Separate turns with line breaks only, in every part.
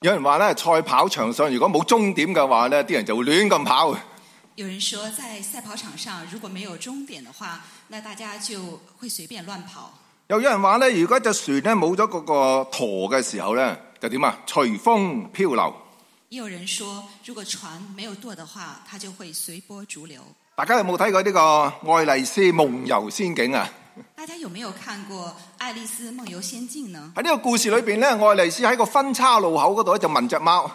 有人話咧，賽跑場上如果冇終點嘅話咧，啲人就會亂咁跑。
有人说，在赛跑场上如果没有终点的话，那大家就会随便乱跑。
又有人話咧，如果隻船咧冇咗嗰個舵嘅時候咧，就點啊？隨風漂流。
也有人说，如果船没有舵的话，它就会随波逐流。
大家有冇睇過呢個《愛麗絲夢遊仙境》啊？
大家有没有看过《爱丽丝梦游仙境》呢？
喺呢個故事裏邊咧，愛麗絲喺個分叉路口嗰度咧就問只貓：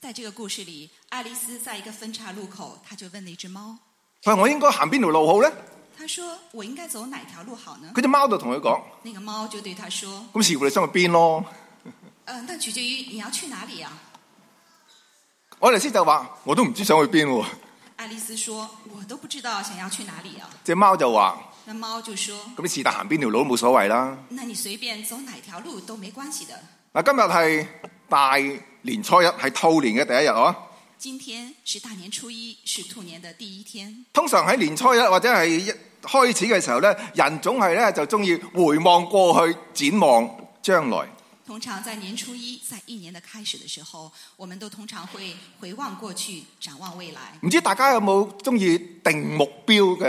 在这个故事里，爱丽丝在一个分岔路口，她就问了一只猫，
佢話我應該行邊條路好咧？
她说：“我应该走哪条路好呢
佢只貓就同佢講：？”
那个猫就对她说
咁視乎你想去邊咯。：“
呃，那取决于你要去哪里呀、啊
愛麗絲就話：我都唔知想去邊喎。
爱丽丝说：“我都不知道想要去哪里呀、
只貓就話：
那猫就说
咁你是但行邊條路都冇所謂啦。：“
那你随便走哪条路都没关系的。
嗱，今日係大年初一，係兔年嘅第一日哦。
今天是大年初一，是兔年的第一天。
通常喺年初一或者係一開始嘅時候咧，人總係咧就中意回望過去，展望將來。
通常在年初一，在一年的开始的时候，我们都通常会回望过去，展望未来。
唔知大家有冇中意定目標嘅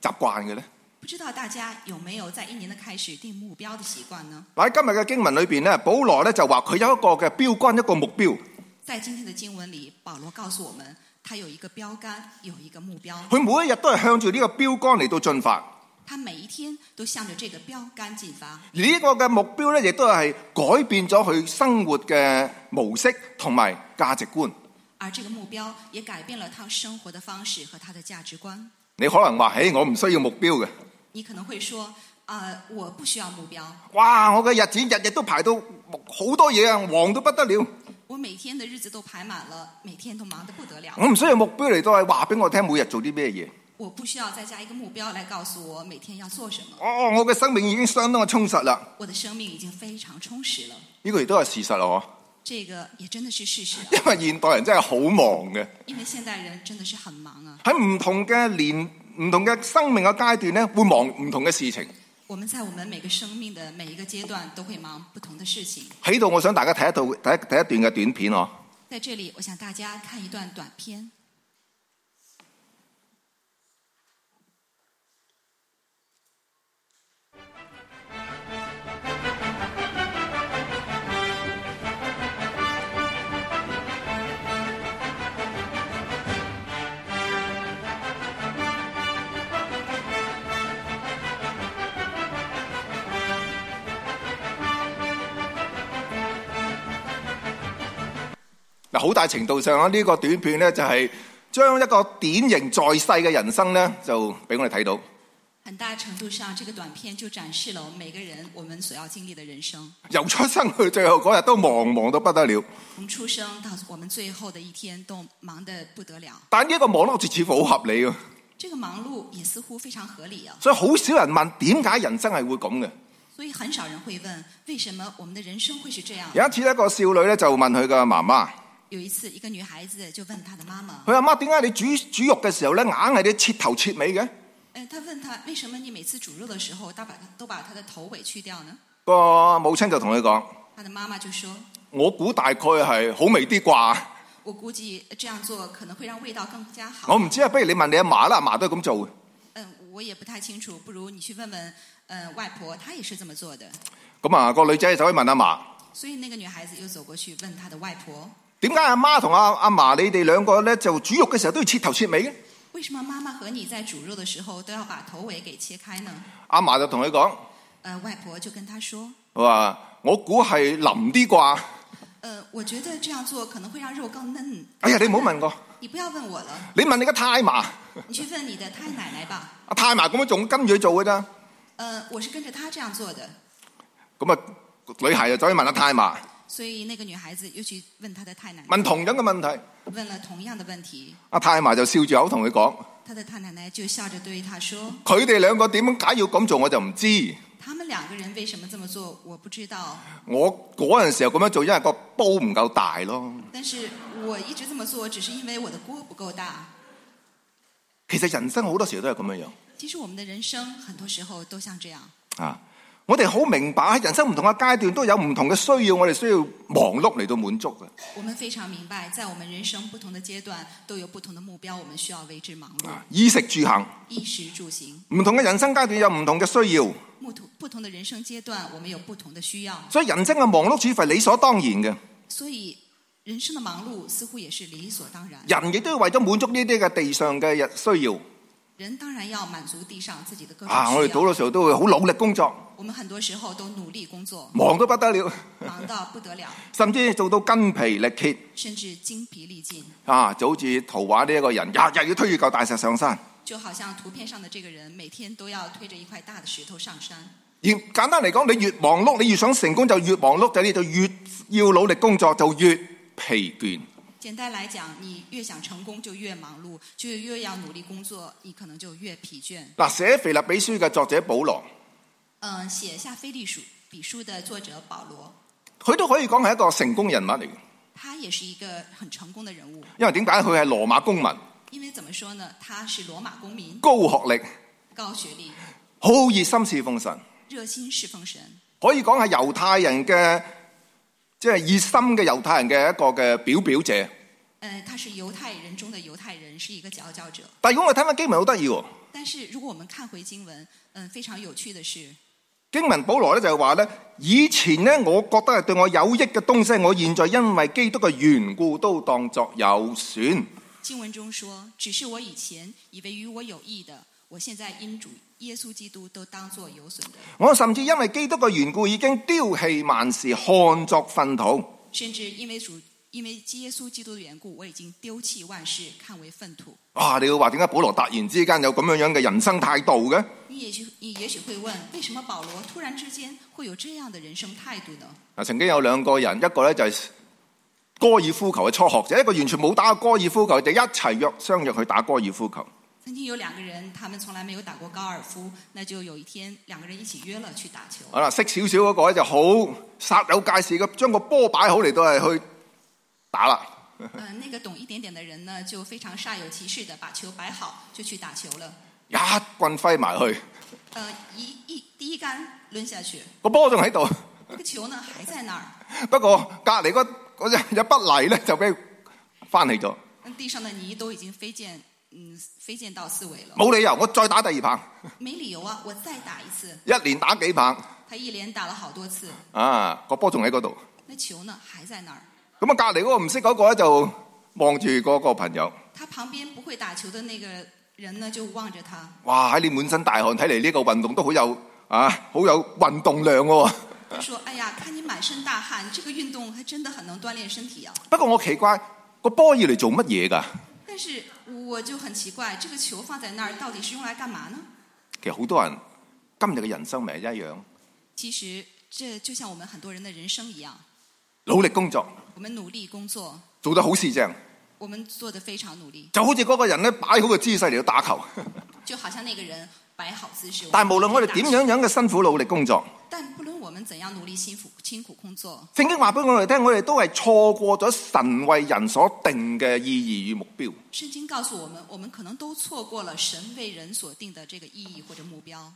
習慣嘅咧？
不知道大家有没有在一年的开始定目标的习惯呢？
嗱喺今日嘅經文裏邊咧，保羅咧就話佢有一個嘅標杆，一個目標。
在今天的经文里，保罗告诉我们，他有一个标杆，有一个目标，
佢每一日都係向住呢個標杆嚟到進發，
他每一天都向着这个标杆进发。
而呢個嘅目標咧，亦都係改變咗佢生活嘅模式同埋價值觀。
而这个目标也改变了他生活的方式和他的价值观。
你可能話：，誒，我唔需要目標嘅。
你可能会说，啊，我不需要目标，
哇！我嘅日子日日都排到好多嘢啊，忙到不得了。
我每天的日子都排满了，每天都忙得不得了。
我唔需要目標嚟到係話俾我聽，每日做啲咩嘢。
我不需要再加一个目标来告诉我每天要做什么。
哦，我嘅生命已經相當嘅充實啦。
我的生命已经非常充实了，
呢、個亦都係事實咯，
这个也真的是事实啊。
因為現代人真係好忙嘅，
因为现代人真的是很忙啊，
喺唔同嘅年、唔同嘅生命嘅階段咧，會忙唔同嘅事情。
我们在我们每个生命的每一个阶段都会忙不同的事情。
喺度，我想大家睇一套睇一睇一段嘅短片哦。
在这里，我想大家看一段短片。
嗱，好大程度上啊，呢、個短片咧就係將一個典型在世嘅人生咧，就俾我哋睇到。
很大程度上，这个短片就展示了我们每个人我们所要经历的人生，
由出生去最後嗰日都忙忙到不得了，
从出生到我们最后的一天都忙得不得了。
但呢一個忙碌好似似乎好合理喎，
这个忙碌也似乎非常合理啊，
所以好少人問點解人生係會咁嘅。
所以很少人会问为什么我们的人生会是这样。
有一次呢個少女咧就問佢嘅媽媽：，
有一次，一个女孩子就问她的妈妈，
佢阿媽點解你煮煮肉嘅時候咧，硬係你切頭切尾嘅？
呃，她问她为什么你每次煮肉的时候，都把都把她的头尾去掉呢？
個母親就同佢講：，
她的妈妈就说，
我估大概係好味啲啩，
我估计这样做可能会让味道更加好。
我唔知啊，不如你問你阿嫲啦，阿嫲都係咁做嘅。
嗯、我也不太清楚，不如你去问问，呃，外婆，她也是这么做的。
咁啊，個女仔就可以問阿嫲。
所以那个女孩子又走过去问她的外婆，
點解阿媽同阿阿嫲你哋兩個咧就煮肉嘅時候都要切頭切尾嘅？
为什么妈妈和你在煮肉的时候都要把头尾给切开呢？
阿嫲就同佢講：，
呃，外婆就跟她说，
我話我估係腍啲啩。
呃，我觉得这样做可能会让肉更嫩。
哎呀，你唔好問我，
你不要问我了，
你問你個太嫲，
你去问你的太奶奶吧。
阿太嫲咁樣仲跟住佢做嘅咋。
呃，我是跟着她这样做的，
咁啊，女孩就走去問阿太嫲，
所以那个女孩子又去問她的太奶奶，
問同樣嘅問題。
问了同样的问题，
阿太嫲就笑住口同佢講：，
她的太奶奶就笑着对她说
佢哋兩個點解要咁做我就唔知。：“
他们两个人为什么这么做？我不知道，
我嗰陣時候咁樣做，因為個煲唔夠大咯。
但是我一直这么做，只是因为我的锅不够大。
其實人生好多時候都係咁樣樣。
其实我们的人生很多时候都像这样。
啊！我哋好明白喺人生唔同嘅階段都有唔同嘅需要，我哋需要忙碌嚟到滿足嘅。
我们非常明白，在我们人生不同的阶段都有不同的目标，我们需要为之忙碌。
啊衣食住行，
衣食住行，
唔同嘅人生階段有唔同嘅需要，
不同不同的人生阶段，我们有不同的需要，
所以人生嘅忙碌似乎係理所當然嘅。
所以人生的忙碌似乎也是理所当然。
人亦都要為咗滿足呢啲嘅地上嘅日需要
人当然要满足地上自己的各种
啊！我哋
需
到
要。
嘅時候都會好努力工作，
我们很多时候都努力工 作，
忙到不得了，
忙到不得了，
甚至做到筋疲力竭
甚至精疲力尽，
啊！就好似圖畫呢一個人，日日要推住嚿大石上山。
就好像图片上的这个人，每天都要推着一块大的石头上山。
而簡單嚟講，你越忙碌，你越想成功就越忙碌，就你就越要努力工作，就越疲倦。
简单来讲，你越想成功，就越忙碌，就越要努力工作，你可能就越疲倦。
嗱，寫《腓立比書》嘅作者保羅，
嗯，写下《非利属比书》的作者保罗，
佢都可以講係一個成功人物嚟嘅，
他也是一个很成功的人物。
因為點解佢係羅馬公民，
因為怎麼說呢？他是罗马公民，
高學歷，
高学历，
好熱心侍奉神，
热心侍奉神，
可以講係猶太人嘅即係熱心嘅猶太人嘅一個嘅表表者。
呃，他是犹太人中的犹太人，是一个佼佼者。
但係如果我哋睇翻經文好得意喎，
但是如果我们看回经文，嗯、非常有趣的是，
經文保羅咧就係話咧，以前咧我覺得係對我有益嘅東西，我現在因為基督嘅緣故都當作有損。
经文中说：“只是我以前以为与我有益的，我現在因主耶穌基督都當作有損的，
我甚至因為基督嘅緣故已經丟棄萬事，看作糞土。
甚至因為主因為耶穌基督的緣故，我已經丟棄萬事，看為糞土。
啊！你要話點解保羅突然之間有咁樣樣嘅人生態度嘅？
你也许你也许会問，為什麼保羅突然之間會有這樣的人生態度呢？
嗱，曾經有兩個人，一個咧就係高爾夫球嘅初學者，一個完全冇打過高爾夫球，佢哋一齊約相約去打高爾夫球。
曾經有兩個人，他們從來沒有打過高爾夫，那就有一天兩個人一起約了去打 球。
好啦，識少少嗰個咧就好煞有介事咁將個波擺好嚟到係去打啦。
嗯，那個懂一點點的人呢，就非常煞有其事的把球擺好，就去打球了。
一棍揮埋去，
呃，一一第一杆抡下去，
個波仲喺度，
那個球呢還在那儿。
不過隔離嗰嗰只有筆泥咧就俾佢翻起咗，
那地上的泥都已经飞溅，嗯，飞溅到四围了。
冇理由我再打第二棒，
没理由啊，我再打一次。
一連打幾棒
他一连打了好多次，
啊，個波仲喺嗰度。
那球呢还在那儿。
咁啊，隔離嗰個唔識嗰個咧就望住嗰個朋友，
他旁边不会打球的那个人呢，就望着他。
哇！喺你滿身大汗，睇嚟呢個運動都好有啊，好有運動量喎、
他说：“哎呀，看你满身大汗，这个运动还真的很能锻炼身体啊。
不過我奇怪，個波要嚟做乜嘢㗎？
但是我就很奇怪，这个球放在那儿到底是用来干嘛呢？
其實好多人今日嘅人生咪一樣，
其实这就像我们很多人的人生一样，
努力工作，
我们努力工作，
做得好事正，
我们做的非常努力，
就好似嗰個人咧擺好個姿勢嚟到 打球。
就好像那个人摆好姿势。
但係無論我哋
打
點
球
樣樣嘅辛苦努力工作，
但不论我们怎样努力辛苦辛苦工作，
聖經話俾我哋聽，我哋都係錯過咗神為人所定嘅意義與目標。
圣经告诉我们，我们可能都错过了神为人所定的这个意义或者目标。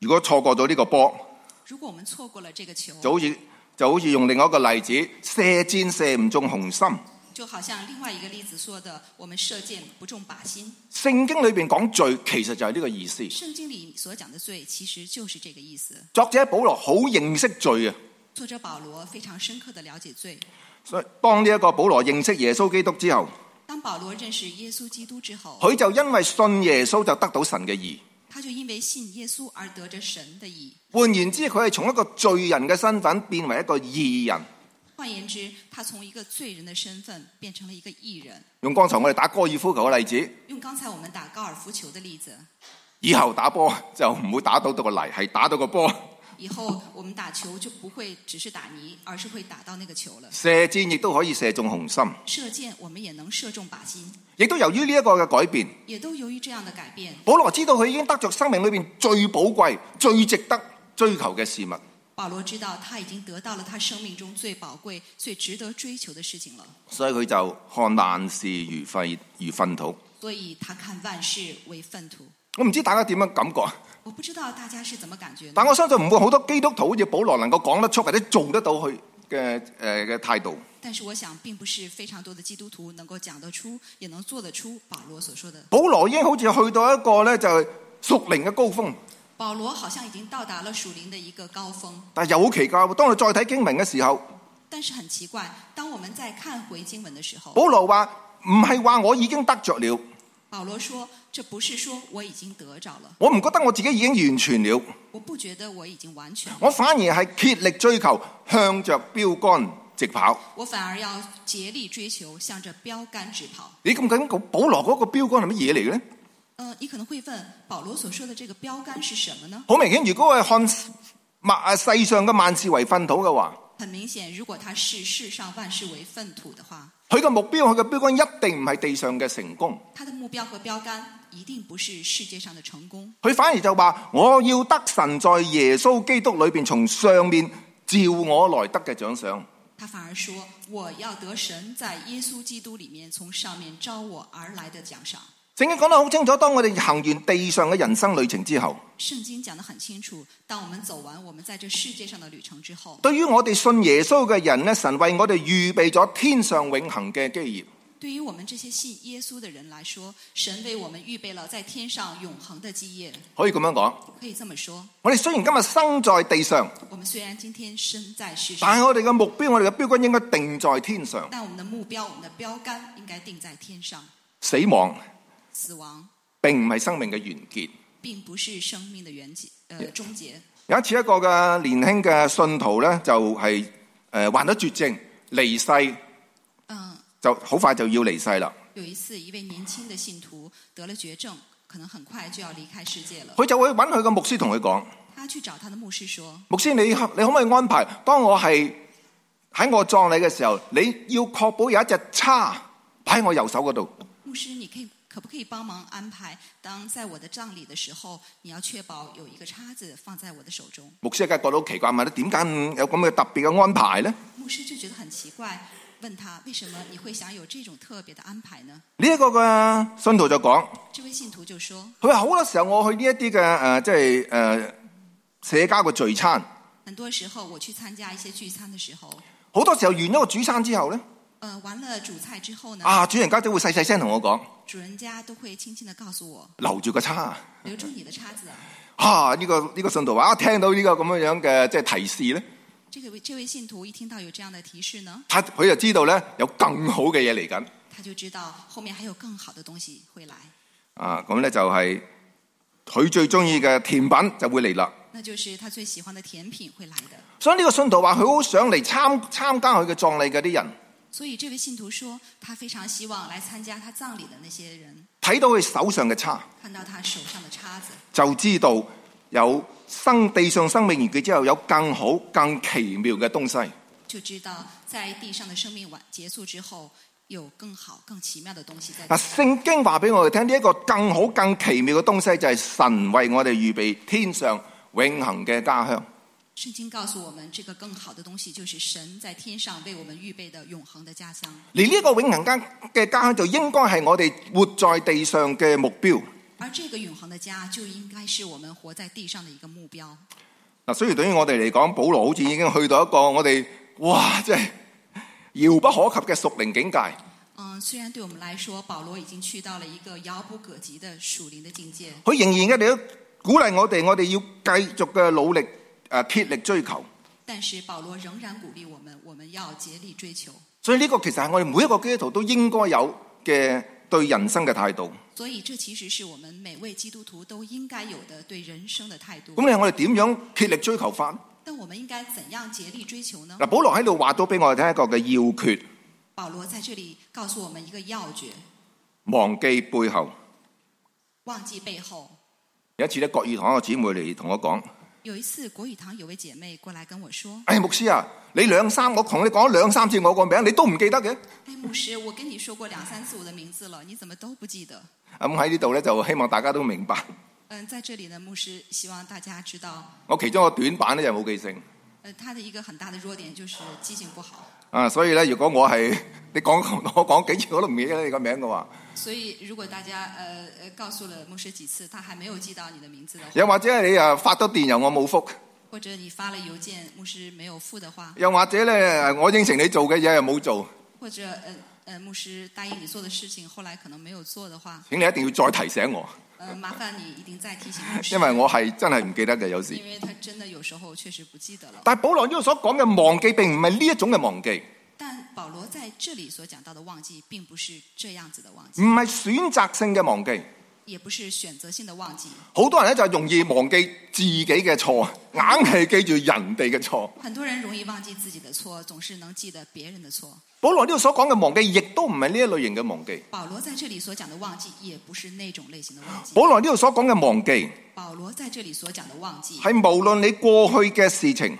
如果錯過咗呢個波，
如果我们错过了这个球，
就好似就好似用另外一個例子，射箭射唔中紅心。
就好像另外一个例子说的，我们射箭不中靶心。
聖經裏邊講罪，其實就係呢個意思。
圣经里所讲的罪，其实就是这个意思。
作者保羅好認識罪啊，
作者保罗非常深刻的了解罪。
所以當呢一個保羅認識耶穌基督之後，
当保罗認识耶穌基督之后，
佢就因為信耶穌就得到神嘅義。
他就因为信耶穌而得着神的義。
換言之，佢係從一個罪人嘅身份變為一個義人。
换言之，他从一个罪人的身份变成了一个義人。
用剛才我哋打高爾夫球嘅例子，
用刚才我们打高尔夫球的例子，
以後打波就唔會打到到個泥，係打到個波。
以后我们打球就不会只是打泥，而是会打到那个球了。
射箭亦都可以射中紅心，
射箭我们也能射中靶心，
亦都由於呢一個嘅改變。
也都由于这样的改变，
保羅知道佢已經得着生命裏邊最寶貴、最值得追求嘅事物。
保罗知道他已经得到了他生命中最宝贵、最值得追求的事情了，
所以佢就看萬事如廢如糞土。
所以他看万事为粪土。
我唔知大家點樣感啊覺，
我不知道大家是怎么感觉的，
但我相信唔會好多基督徒好似保羅能夠講得出或者做得到佢嘅誒嘅態度。
但是我想，并不是非常多的基督徒能够讲得出，也能做得出保罗所说的。
保羅已經好似去到一個咧就係屬靈嘅高峰，
保罗好像已经到达了属灵的一个高峰，
但係又好奇怪喎。當你再睇經文嘅時候，
但是很奇怪，当我们在看回经文的时候，
保羅話唔係話我已經得着了，
保罗说：“这不是说我已经得着了，
我唔覺得我自己已經完全了，
我不觉得我已经完全了，
我反而係竭力追求，向着標杆直跑。
我反而要竭力追求，向着标杆直跑。
咦，咁咁保羅嗰個標杆係乜嘢嚟嘅咧？”
呃，你可能会问，保罗所说的这个标杆是什么呢？
好明顯，如果係看萬世上嘅萬事為糞土嘅話，
很明显，如果他视世上万事為粪土的话，
佢嘅目標，佢嘅標杆一定唔係地上嘅成功，
他的目标和标杆一定不是世界上的成功，
佢反而就話：我要得神在耶穌基督裏邊從上面召我來得嘅獎賞。
他反而说：“我要得神在耶稣基督里面从上面招我而来的奖赏。
聖經講得好清楚，當我哋行完地上嘅人生旅程之後，”
圣经讲得很清楚，当我们走完我们在这世界上的旅程之后，
對於我哋信耶穌嘅人咧，神為我哋預備咗天上永恆嘅基業。
对于我们这些信耶稣的人来说，神为我们预备了在天上永恒的基业。
可以咁樣講，
可以这么说，
我哋雖然今日生在地上，
我们虽然今天身在世上，
但係我哋嘅目標，我哋嘅標杆應該定在天上。
但我们的目标、我们的标杆应该定在天上。
死亡
死亡
並唔係生命嘅完結。
并不是生命的缘结，呃，终结。
有一次一個嘅年輕嘅信徒咧，就係、呃患咗絕症，離世
嗯，
就好快就要離世啦。
有一次，一位年轻的信徒得了绝症，可能很快就要离开世界了。
佢就會揾佢嘅牧師同佢講：
他去找他的牧师说
牧師，你你可唔可以安排，當我係喺我葬禮嘅時候，你要確保有一隻叉擺喺我右手嗰度。：“
牧师，你可以可不可以帮忙安排？当在我的葬礼的时候，你要确保有一个叉子放在我的手中。
牧師梗係覺得好奇怪，問咧點解有咁嘅特別嘅安排呢？」
牧师就觉得很奇怪，问他为什么你会想有这种特别的安排呢？
呢、一個嘅信徒就講：
这位信徒就说，
佢話好多時候我去呢一啲嘅誒，即係誒、呃社交嘅聚餐，
很多时候我去参加一些聚餐的时候，
好多時候完咗個主餐之後呢。
呃，完了主菜之后呢，
啊！主人家都會細細聲同我講，
主人家都会轻轻的告诉我，
留住個叉啊！
留住你的叉子啊。
啊！呢、個呢、個信徒話：啊，聽到呢個咁樣樣嘅即係提示咧，
这个位这位信徒一听到有这样的提示呢，
他佢就知道咧有更好嘅嘢嚟緊
他就知道后面还有更好的东西会来，
啊！咁咧就係、佢最中意嘅甜品就會嚟啦。
那就是他最喜欢的甜品会来的。
所以呢個信徒話：佢好想嚟參參加佢嘅葬禮嘅啲人，
所以这位信徒说，他非常希望来参加他葬礼的那些人
睇到佢手上嘅叉，
看到他手上的叉子，
就知道有生地上生命完結之後有更好、更奇妙嘅東西。
就知道在地上的生命完结束之后，有更好、更奇妙的东西在
嗱，
地上。
聖經話俾我哋聽，呢、一個更好、更奇妙嘅東西就係神為我哋預備天上永恒嘅家鄉。
圣经告诉我们，这个更好的东西就是神在天上为我们预备的永恒的家乡，
而呢個永恒家嘅家鄉就應該係我哋活在地上嘅目標。
而这个永恒的家就应该是我们活在地上的一个目标。
嗱，雖然對於我哋嚟講，保羅好似已經去到一個我哋哇，即係遙不可及嘅屬靈境界。
嗯，虽然对我们来说，保罗已经去到了一个遥不可及的属灵的境界，
佢仍然嘅哋都鼓勵我哋，我哋要繼續嘅努力，誒、竭力追求。
但是保罗仍然鼓励我们，我们要竭力追求。
所以呢個其實係我哋每一個基督徒都應該有嘅對人生嘅態度。
所以，这其实是我们每位基督徒都应该有的对人生的态 度。
咁你話我哋點樣竭力追求法呢？
但我们应该怎样竭力追求呢？
嗱，保羅喺度話到俾我哋聽一個嘅要訣：
保罗在这里告诉我们一个要诀：
忘記背後。
忘记背后。
有一次咧，國語堂一個姊妹嚟同我講：，
有一次，国语堂有位姐妹过来跟我说
哎，牧師啊，你兩三，我同你講咗兩三次我個名，你都唔記得嘅。：“
哎，牧师，我跟你说过两三次我的名字了，你怎么都不记得
咁喺呢度咧，就希望大家都明白，？”
嗯，在这里呢，牧师希望大家知道，
我其中一個短板咧就冇記性。
呃，他的一个很大的弱点就是记性不好。
啊，所以咧，如果我係你講我講幾次我都唔記得你個名嘅話，
所以，如果大家呃呃告诉了牧师几次，他还没有记到你的名字的话，
又或者係你啊發咗電郵我冇覆，
或者你發了郵件，牧师沒有付的话，
又或者咧我應承你做嘅嘢又冇做，
或者呃呃牧师答应你做的事情，后来可能没有做的话，
請你一定要再提醒我，
呃麻烦你一定再提醒牧师
因，為我係真係唔記得嘅有時
因。为他真的有时候确实不記得了。
但係保羅呢度所講嘅忘記並唔係呢一種嘅忘記，
但保罗在这里所讲到的忘记，并不是这样子的忘记，
唔係選擇性嘅忘記。
也不是选择性的忘记。
好多人咧就係容易忘記自己嘅錯，硬係記住人哋嘅錯。
很多人容易忘记自己的错，总是能記得别人的错。
保羅呢度所講嘅忘記，亦都唔係呢一類型嘅忘記。
保罗在这里所讲的忘记，也不是那种类型的忘记。
保羅呢度所講嘅忘記，
保罗在这里所讲的忘记，
係無論你過去嘅事情，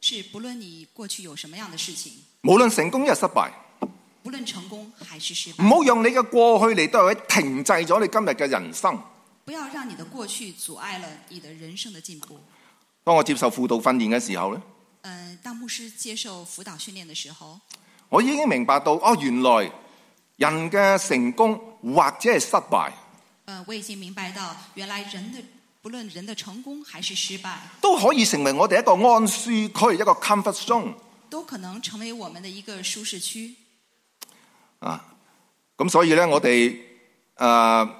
是不论你过去有什么样的事情，
無論成功一日失敗，
无论成功还是失
唔
败，
好讓你嘅過去嚟到去停滯咗你今日嘅人生。
不要让你的过去阻碍了你的人生的进步。
當我接受輔導訓練嘅時候咧，
嗯，当牧师接受辅导训练的时候，
我已經明白到哦，原來人嘅成功或者係失敗，
呃，我已经明白到，原来人的不论人的成功还是失败，
都可以成為我哋一個安舒區，一個 comfort zone
都可能成为我们的一个舒适区。
啊。咁所以咧，我哋誒、呃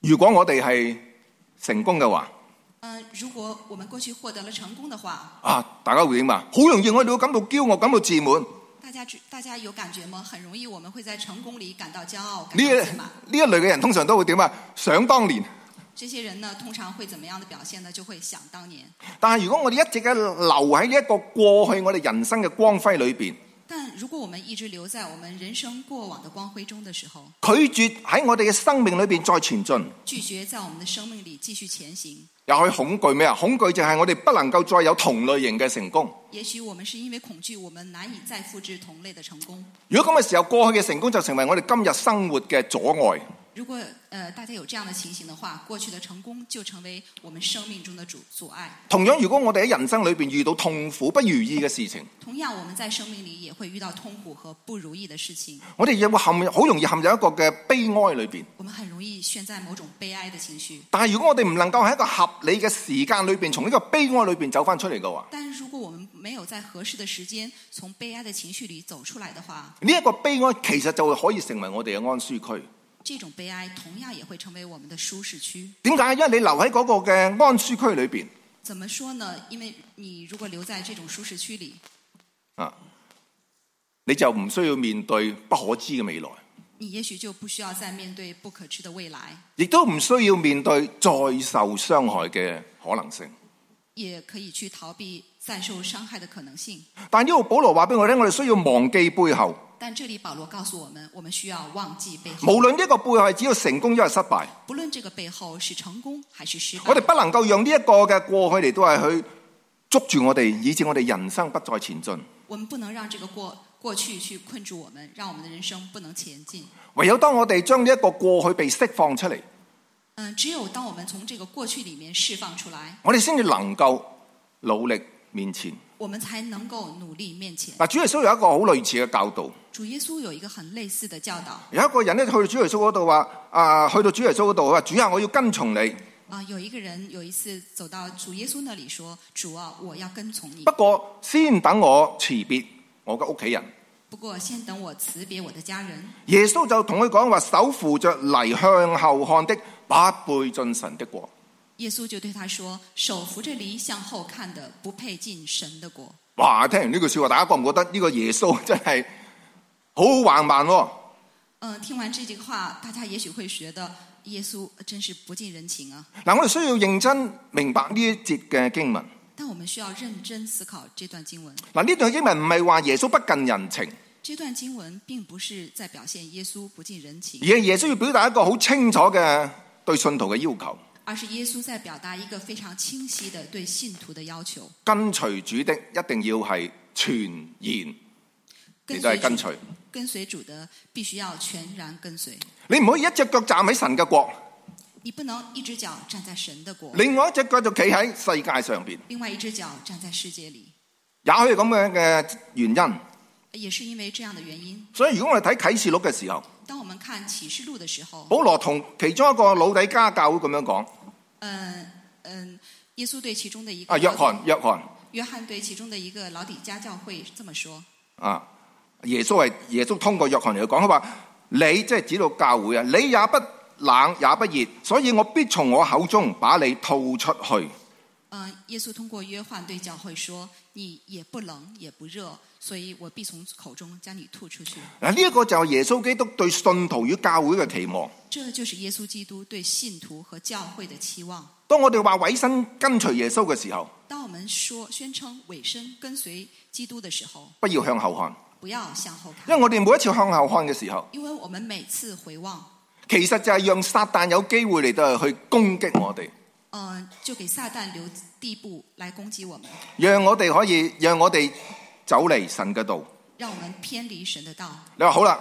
如果我哋係成功嘅話，
嗯、如果我们过去获得了成功的话，
啊，大家會點啊？好容易我哋會感到驕傲，感到自滿。
大家知大家有感觉吗？很容易我们会在成功里感到骄傲、感
呢
到自满。
呢一類嘅人通常都會點啊？想當年。
这些人呢，通常会怎么样的表现呢？就会想当年。
但係如果我哋一直嘅留喺呢一個過去我哋人生嘅光輝裏邊，
但如果我们一直留在我们人生过往的光辉中的时候，
拒絕喺我哋嘅生命裏邊再前進，
拒绝在我们的生命里繼續前行，
又可以恐懼咩啊？恐懼就係我哋不能夠再有同類型嘅成功。
也许我们是因为恐惧，我们難以再复制同类的成功。
如果咁嘅時候，過去嘅成功就成為我哋今日生活嘅阻礙。
如果呃大家有這樣的情形的话，过去的成功就成为我们生命中的阻阻碍。
同樣，如果我哋喺人生裏邊遇到痛苦、不如意嘅事情，
同样，我们在生命里也会遇到痛苦和不如意的事情，
我哋亦會陷入好容易陷入一個嘅悲哀裏邊。
我们很容易陷在某种悲哀的情绪。
但係如果我哋唔能夠喺一個合理嘅時間裏邊，從呢個悲哀裏邊走翻出嚟嘅話，
但如果我们没有在合适的时间从悲哀的情绪里走出来的话，
呢、一個悲哀其實就可以成為我哋嘅安舒區。
这种悲哀同样也会成为我们的舒适区。
點解？因為你留喺嗰個嘅安舒區裏邊
怎么说呢？因为你如果留在这种舒适区里，
啊，你就唔需要面對不可知嘅未來，
你也许就不需要再面对不可知的未来，
亦都唔需要面對再受傷害嘅可能性。
也可以去逃避再受伤害的可能性。
但呢度保羅話俾我聽，我哋需要忘記背後，
但这里保羅告诉我们，我们需要忘记背后，
無論呢個背後係只要成功，一係失敗，
不论这个背后是成功还是失
我哋
败，
不能夠讓呢一個嘅過去嚟都係去捉住我哋，以致我哋人生不再前進。
我们不能让这个过过去去困住我们，让我们的人生不能前进。
唯有當我哋將呢一個過去被釋放出嚟，
嗯，只有当我们从这个过去里面释放出来，
我哋先至能夠努力面前。
我们才能夠努力面前。
嗱，主耶穌有一個好類似嘅教導，
主耶穌有一個很類似的教導啊、
有一個人咧去到主耶穌嗰度話：啊，去到主耶穌嗰度，佢話主啊，我要跟從你。
啊有一個人有一次走到主耶穌那裡說：“主啊，我要跟從你
不，過先等我辭別我嘅屋企人。
不過先等我辭別我的家人。
耶穌就同佢講話：手扶着泥向後看的，不背進神的國。”
耶穌就對他說：“手扶着犁向後看的，不配進神的國。
哇！聽完呢句説話，大家覺唔覺得呢個耶穌真係好橫蠻喎？”
嗯，聽完這句話，大家也許會覺得耶穌真是不近人情啊。
嗱，我哋需要認真明白呢一節嘅經文。
但我們需要認真思考這段經文。
嗱，呢段經文唔係話耶穌不近人情，
這段經文並不是在表現耶穌不近人情
而，係耶穌要表達一個好清楚嘅對信徒嘅要求。
而是耶穌在表達一個非常清晰的對信徒的要求。
跟隨主的一定要係全然，
跟
你都係
隨
跟
主
隨。
跟隨主的，必須要全然跟隨。
你唔可以一隻腳站喺神嘅國，
你不能一只腳站在神的國，
另外一隻腳就企喺世界上邊。
另外一只腳站在世界裡。
也許咁樣嘅原因。
也是因為這樣的原因，
所以如果我哋睇啟示錄嘅時候，
當我們看启示录的时候，
保羅同其中一個老底家教會咁樣講：
嗯嗯，耶穌对其中的一个
啊，約翰，約翰
约翰对其中的一个老底家教会这么说：
啊，耶穌係耶穌通過約翰嚟講，佢話：你即係指到教會啊，你也不冷也不熱，所以我必從我口中把你吐出去。
嗯，耶稣通过约翰对教会说：“你也不冷也不热，所以我必从口中将你吐出去。
嗱，呢一個就係耶穌基督對信徒與教會嘅期望。”
这就是耶稣基督对信徒和教会的期望。
當我哋話委身跟隨耶穌嘅時候，
当我们说宣称委身跟随基督的时候，
不要向後看，
不要向后看，
因為我哋每一次向後看嘅時候，
因為我们每次回望，
其實就係讓撒旦有機會嚟到去攻擊我哋，
嗯、就给撒旦留地步来攻击我们，
讓我哋可以讓我哋走嚟神嘅道。
让我们偏离神的道。
你話好啦，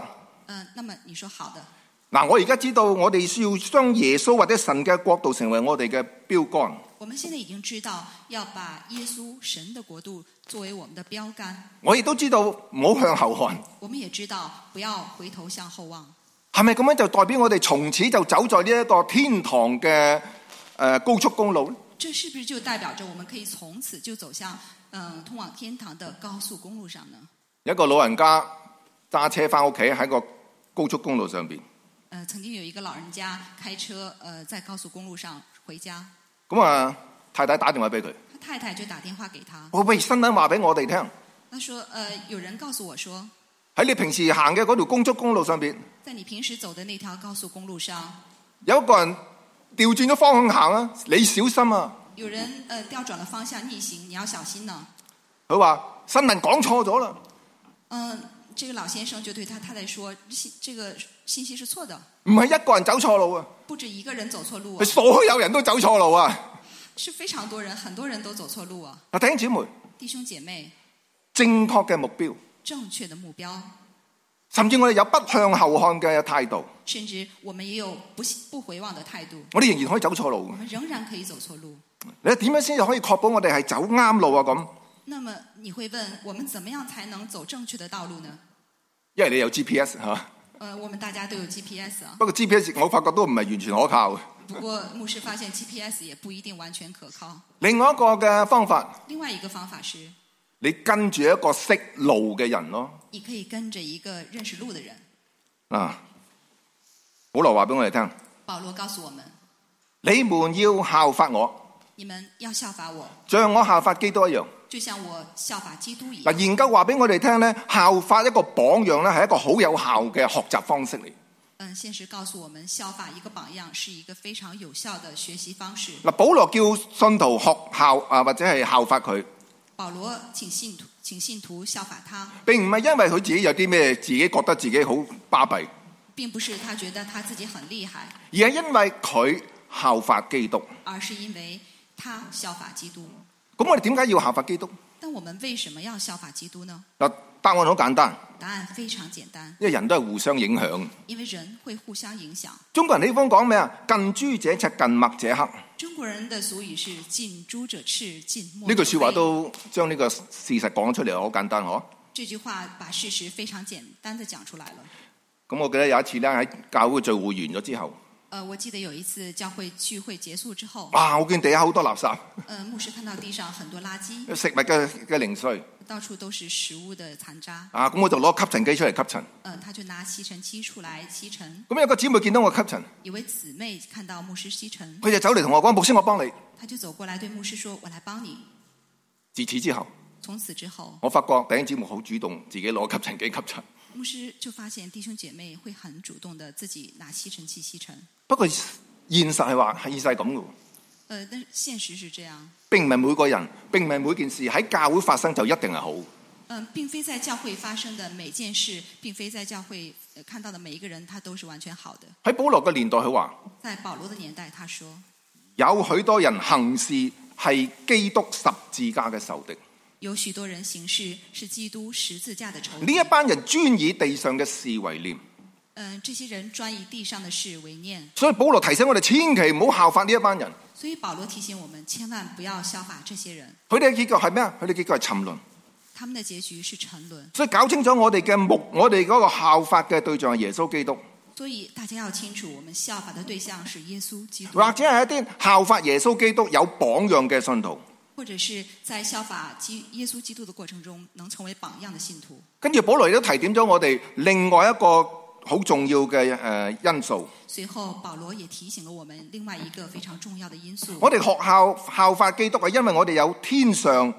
嗯、那么你说好的，
嗱，我而家知道我哋需要將耶穌或者神嘅國度成為我哋嘅標杆。
我们现在已经知道要把耶稣神的国度作为我们的标杆，
我亦都知道唔好向後看，
我们也知道不要回头向后望，
係咪咁樣就代表我哋從此就走在呢一個天堂嘅诶、呃高速公路咧？
这是不是就代表着我们可以从此就走向嗯、呃通往天堂的高速公路上呢？
有一個老人家揸車翻屋企喺個高速公路上邊，
呃，曾经有一个老人家开车呃在高速公路上回家，
咁啊太太打電話俾佢，哦
他太太就打电话给他，
喂喂，新聞話俾我哋聽，
他说呃有人告诉我说，
喺你平時行嘅嗰條高速公路上邊，
在你平时走的那条高速公路上，
有一個人調轉咗方向行啊，你小心啊！
有人呃调转了方向逆行，你要小心呢。
佢話新聞講錯咗啦，
嗯，这个老先生就对他太太说：“信这个信息是错的，
唔係一個人走錯路啊，
不止一个人走错路
係
啊，
所有人都走錯路啊！
是非常多人，很多人都走错路啊。
嗱，弟兄姊妹，”
弟兄姐妹，
正確嘅目標，
正确的目標，
甚至我哋有不向後看嘅態度，
甚至我们也有不不回望的态度，
我哋仍然可以走錯路
我
嘅。
们仍然可以走错路。
你點樣先至可以確保我哋係走啱路啊？咁，
那么你会问，我们怎么样才能走正确的道路呢？
因為你有 GPS 嚇、
呃，我们大家都有 GPS 啊，
不過 GPS 我發覺都唔係完全可靠嘅。
不过牧师发现 GPS 也不一定完全可靠。
另外一個嘅方法，
另外一個方法是，
你跟住一個識路嘅人咯。
你可以跟着一个认识路的人。
啊，保羅話俾我哋聽：
保罗告诉我们，
你們要效法我，
你们要效法我，
像我效法基督一樣。
就像我效法基督一
嗱，
样。
研究話俾我哋聽咧，效法一個榜樣咧係一個好有效嘅學習方式嚟。
嗯，现实告诉我们，效法一个榜样是一个非常有效的学习方式。
嗱，保羅叫信徒學效啊，或者係效法佢，
保罗请信徒，请信徒效法他，
並唔係因為佢自己有啲咩，自己覺得自己好巴閉，
并不是他觉得他自己很厉害，
而係因為佢效法基督。
而是因为他效法基督。
咁我哋點解要效法基督？
但我们为什么要效法基督呢？
嗱，答案好簡單，
答案非常简单，
因為人都係互相影響。
因为人会互相影响。
中國人呢方講咩啊？近朱者赤，近墨者黑。
中国人的俗语是“近朱者赤，近墨
呢
者
句
黑”。
説話都將呢個事實講出嚟，好簡單嗬。
这句话把事实非常简单的讲出来了。
咁我記得有一次咧喺教會聚會完咗之後，
呃，我记得有一次教会聚会结束之后，
哇！我見地下好多垃圾，
呃，牧师看到地上很多垃圾，
食物嘅嘅零碎
到处都是食物的残渣，
啊！咁我就攞吸塵機出嚟吸塵。
呃，他就拿吸尘器出来吸尘。
咁有個姊妹見到我吸塵，
有位姊妹看到牧师吸尘，
佢就走嚟同我講：牧師，我幫你。
她就走过来对牧师说：“我来帮你。
自此之後，”
从此之后，
我發覺弟兄姊妹好主動，自己攞吸塵機吸塵。
牧师就发现弟兄姐妹会很主动的自己拿吸尘器吸尘。
不過現實係話係現實係咁嘅喎，
呃，但是现实是这样，
並唔係每個人，並唔係每件事喺教會發生就一定係好。
嗯、并非在教会发生的每件事，并非在教会、呃看到的每一个人，他都是完全好的。
喺保羅嘅年代，佢話
在保罗的年代，他说
有許多人行事係基督十字架嘅仇敵。
有许多人行事是基督十字架的仇
呢
敌
一。班人專以地上嘅事為念，
嗯、这些人专以地上的事为念，
所以保羅提醒我哋千祈唔好效法呢一班人。
所以保罗提醒我们，千万不要效法这些人，
佢哋嘅結局係咩啊？佢哋結局係沉淪。
他们的结局是沉沦。
所以搞清楚我哋嘅目，我哋嗰個效法嘅對象係耶穌基督。
所以大家要清楚，我们效法的对象是耶稣基督，
或者係一啲效法耶穌基督有榜樣嘅信徒。
或者是在效法基耶穌基督的过程中，能成為榜樣的信徒。
跟住保羅亦都提點咗我哋另外一個好重要嘅誒、呃因素。
随后，保罗也提醒了我们另外一个非常重要的因素。
我哋學校效法基督係因為我哋有天上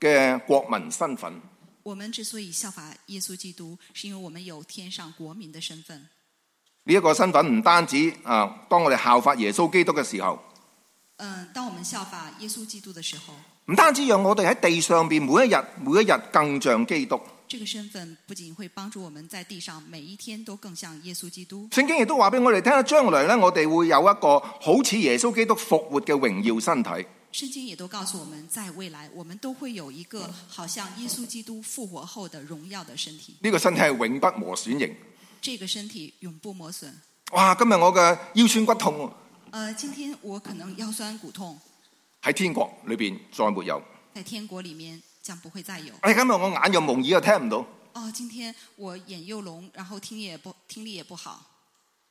嘅國民身份。
我们之所以效法耶穌基督，是因为我们有天上国民的身份。
呢、一個身份唔單止啊，當我哋效法耶穌基督嘅時候，
嗯，当我们效法耶穌基督的时候，
唔單止讓我哋喺地上邊每一日每一日更像基督。
这个身份不仅会帮助我们在地上每一天都更像耶穌基督，
聖經亦都話俾我哋聽，將來咧我哋會有一個好似耶穌基督復活嘅榮耀身體。
圣经也都告诉我们，在未来我们都会有一个好像耶穌基督复活后的荣耀的身体，
呢、個身體係永不磨損型。
这个身体永不磨损。
哇！今日我嘅腰酸骨痛喎
呃，今天我可能腰酸骨痛，
喺天國裏邊再沒有。
在天国里面将不会再有。
哎，今日我眼又蒙耳又聽唔到。
哦，今天我眼又聋，然后听也不听力也不好。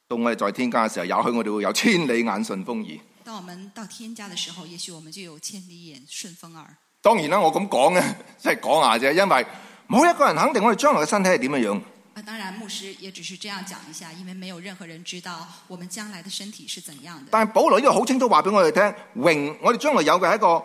到我哋在天家嘅時候，也許我哋會有千里眼順風耳。
当我们到天家的时候，也许我们就有千里眼顺风耳。
當然啦，我咁講咧， 即係講下啫，因為冇一個人肯定我哋將來嘅身體係點樣樣。
啊，当然，牧师也只是这样讲一下，因为没有任何人知道我们将来的身体是怎样的。
但係保羅呢度好清楚話俾我哋聽，榮我哋將來有嘅係一個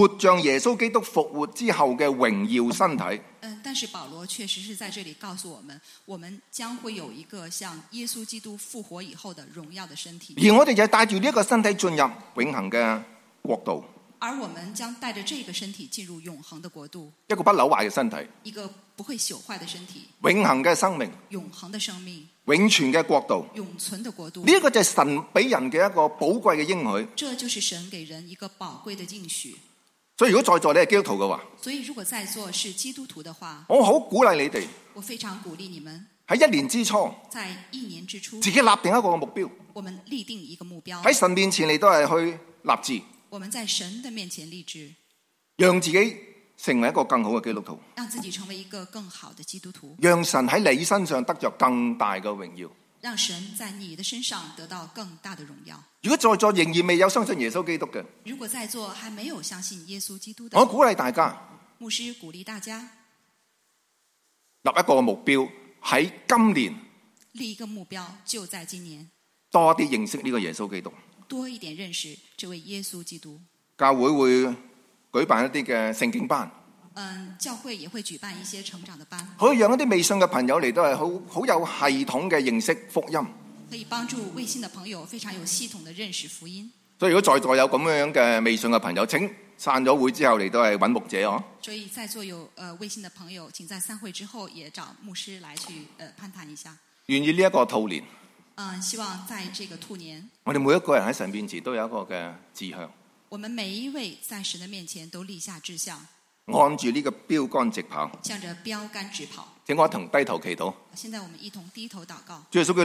活像耶穌基督復活之後嘅榮耀身體。
嗯，但是保罗确实是在这里告诉我们，我们将会有一个像耶稣基督复活以后的荣耀的身体，
而我哋就帶住呢一個身體進入永恆嘅國度，
而我们将带着这个身体进入永恒的国度，
一個不朽壞嘅身體，
一个不会朽坏的身体，
永恆嘅生命，
永恒的生命，
永存嘅國度。
永存的国度
呢、。一個就係神俾人嘅一個寶貴嘅應許。
这就是神给人一个宝貴的应许。
所以如果在座你係基督徒嘅話，
所以，如果在座是基督徒的话，
我好鼓勵你哋
我非常鼓励你们
喺一年之初
在一年之初，
自己立定一個目標，
我们立定一个目标，
喺神面前你都係去立志，
我们在神的面前立志，
讓自己成為一個更好嘅基督徒，
让自己成为一个更好的基督徒，
讓神喺你身上得着更大嘅榮耀。
让神在你的身上得到更大的荣耀。
如果在座仍然未有相信耶穌基督嘅，
如果在座还没有相信耶稣基督的
我，鼓勵大家。
牧师鼓励大家
立一個目標，喺今年
立一个目标，就在今年
多啲認識呢個耶穌基督。
多一点认识这位耶稣基督。
教會會舉辦一啲嘅聖經班，
嗯，教会也会举办一些成长的班，
可以讓一啲未信嘅朋友嚟都係好好有系統嘅認識福音。
可以帮助未信的朋友非常有系统的认识福音。
所以如果在座有咁樣嘅未信嘅朋友，請散咗會之後嚟都係揾牧者哦。
所以，在座有呃未信的朋友，请在散会之后也找牧师来去呃攀谈一下。
願意呢一個兔年，
嗯，希望在这个兔年，
我哋每一個人喺神面前都有一個嘅志向，
我们每一位在神的面前都立下志向，
按住呢個標杆直跑。
向着标杆直跑。
請我一同低頭祈禱。
现在我们一同低头祷告。
主耶穌基督